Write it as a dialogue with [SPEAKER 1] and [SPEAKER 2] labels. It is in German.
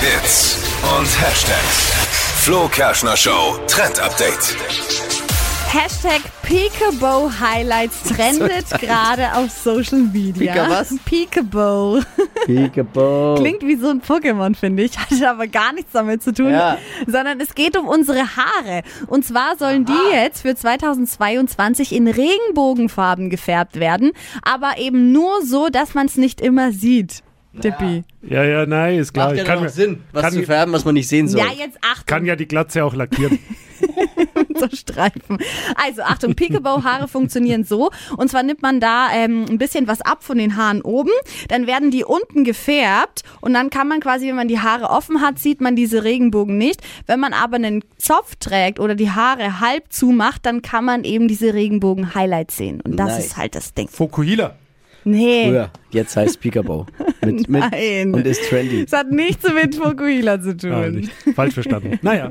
[SPEAKER 1] Hits und Hashtags. Flo Kerschner Show Trend Update.
[SPEAKER 2] Hashtag Peekabo Highlights trendet gerade auf Social Media.
[SPEAKER 3] Pika was? Oh.
[SPEAKER 2] Peekabo.
[SPEAKER 3] Peekaboo.
[SPEAKER 2] Klingt wie so ein Pokémon, finde ich. Hat aber gar nichts damit zu tun.
[SPEAKER 3] Ja.
[SPEAKER 2] Sondern es geht um unsere Haare. Und zwar sollen die jetzt für 2022 in Regenbogenfarben gefärbt werden. Aber eben nur so, dass man es nicht immer sieht. Dippy.
[SPEAKER 4] Ja, ja, nein, ist klar.
[SPEAKER 3] Macht ja
[SPEAKER 4] Ah, Ich kann,
[SPEAKER 3] doch
[SPEAKER 4] mir-
[SPEAKER 3] Sinn, was
[SPEAKER 4] kann,
[SPEAKER 3] zu färben, was man nicht sehen soll.
[SPEAKER 2] Ja, jetzt Achtung.
[SPEAKER 4] kann ja die Glatze auch lackieren.
[SPEAKER 2] so Streifen. Also Achtung, Peekaboo-Haare funktionieren so. Und zwar nimmt man da ähm, ein bisschen was ab von den Haaren oben, dann werden die unten gefärbt und dann kann man quasi, wenn man die Haare offen hat, sieht man diese Regenbogen nicht. Wenn man aber einen Zopf trägt oder die Haare halb zumacht, dann kann man eben diese Regenbogen-Highlights sehen. Und das
[SPEAKER 3] Nice.
[SPEAKER 2] ist halt das Ding.
[SPEAKER 4] Fokuhila.
[SPEAKER 2] Nee.
[SPEAKER 3] Früher. Jetzt heißt Peekaboo. Mit, mit
[SPEAKER 2] Nein.
[SPEAKER 3] und ist trendy.
[SPEAKER 2] Das hat nichts mit Fukuhila zu tun.
[SPEAKER 4] Ah, nicht. Falsch verstanden. Naja.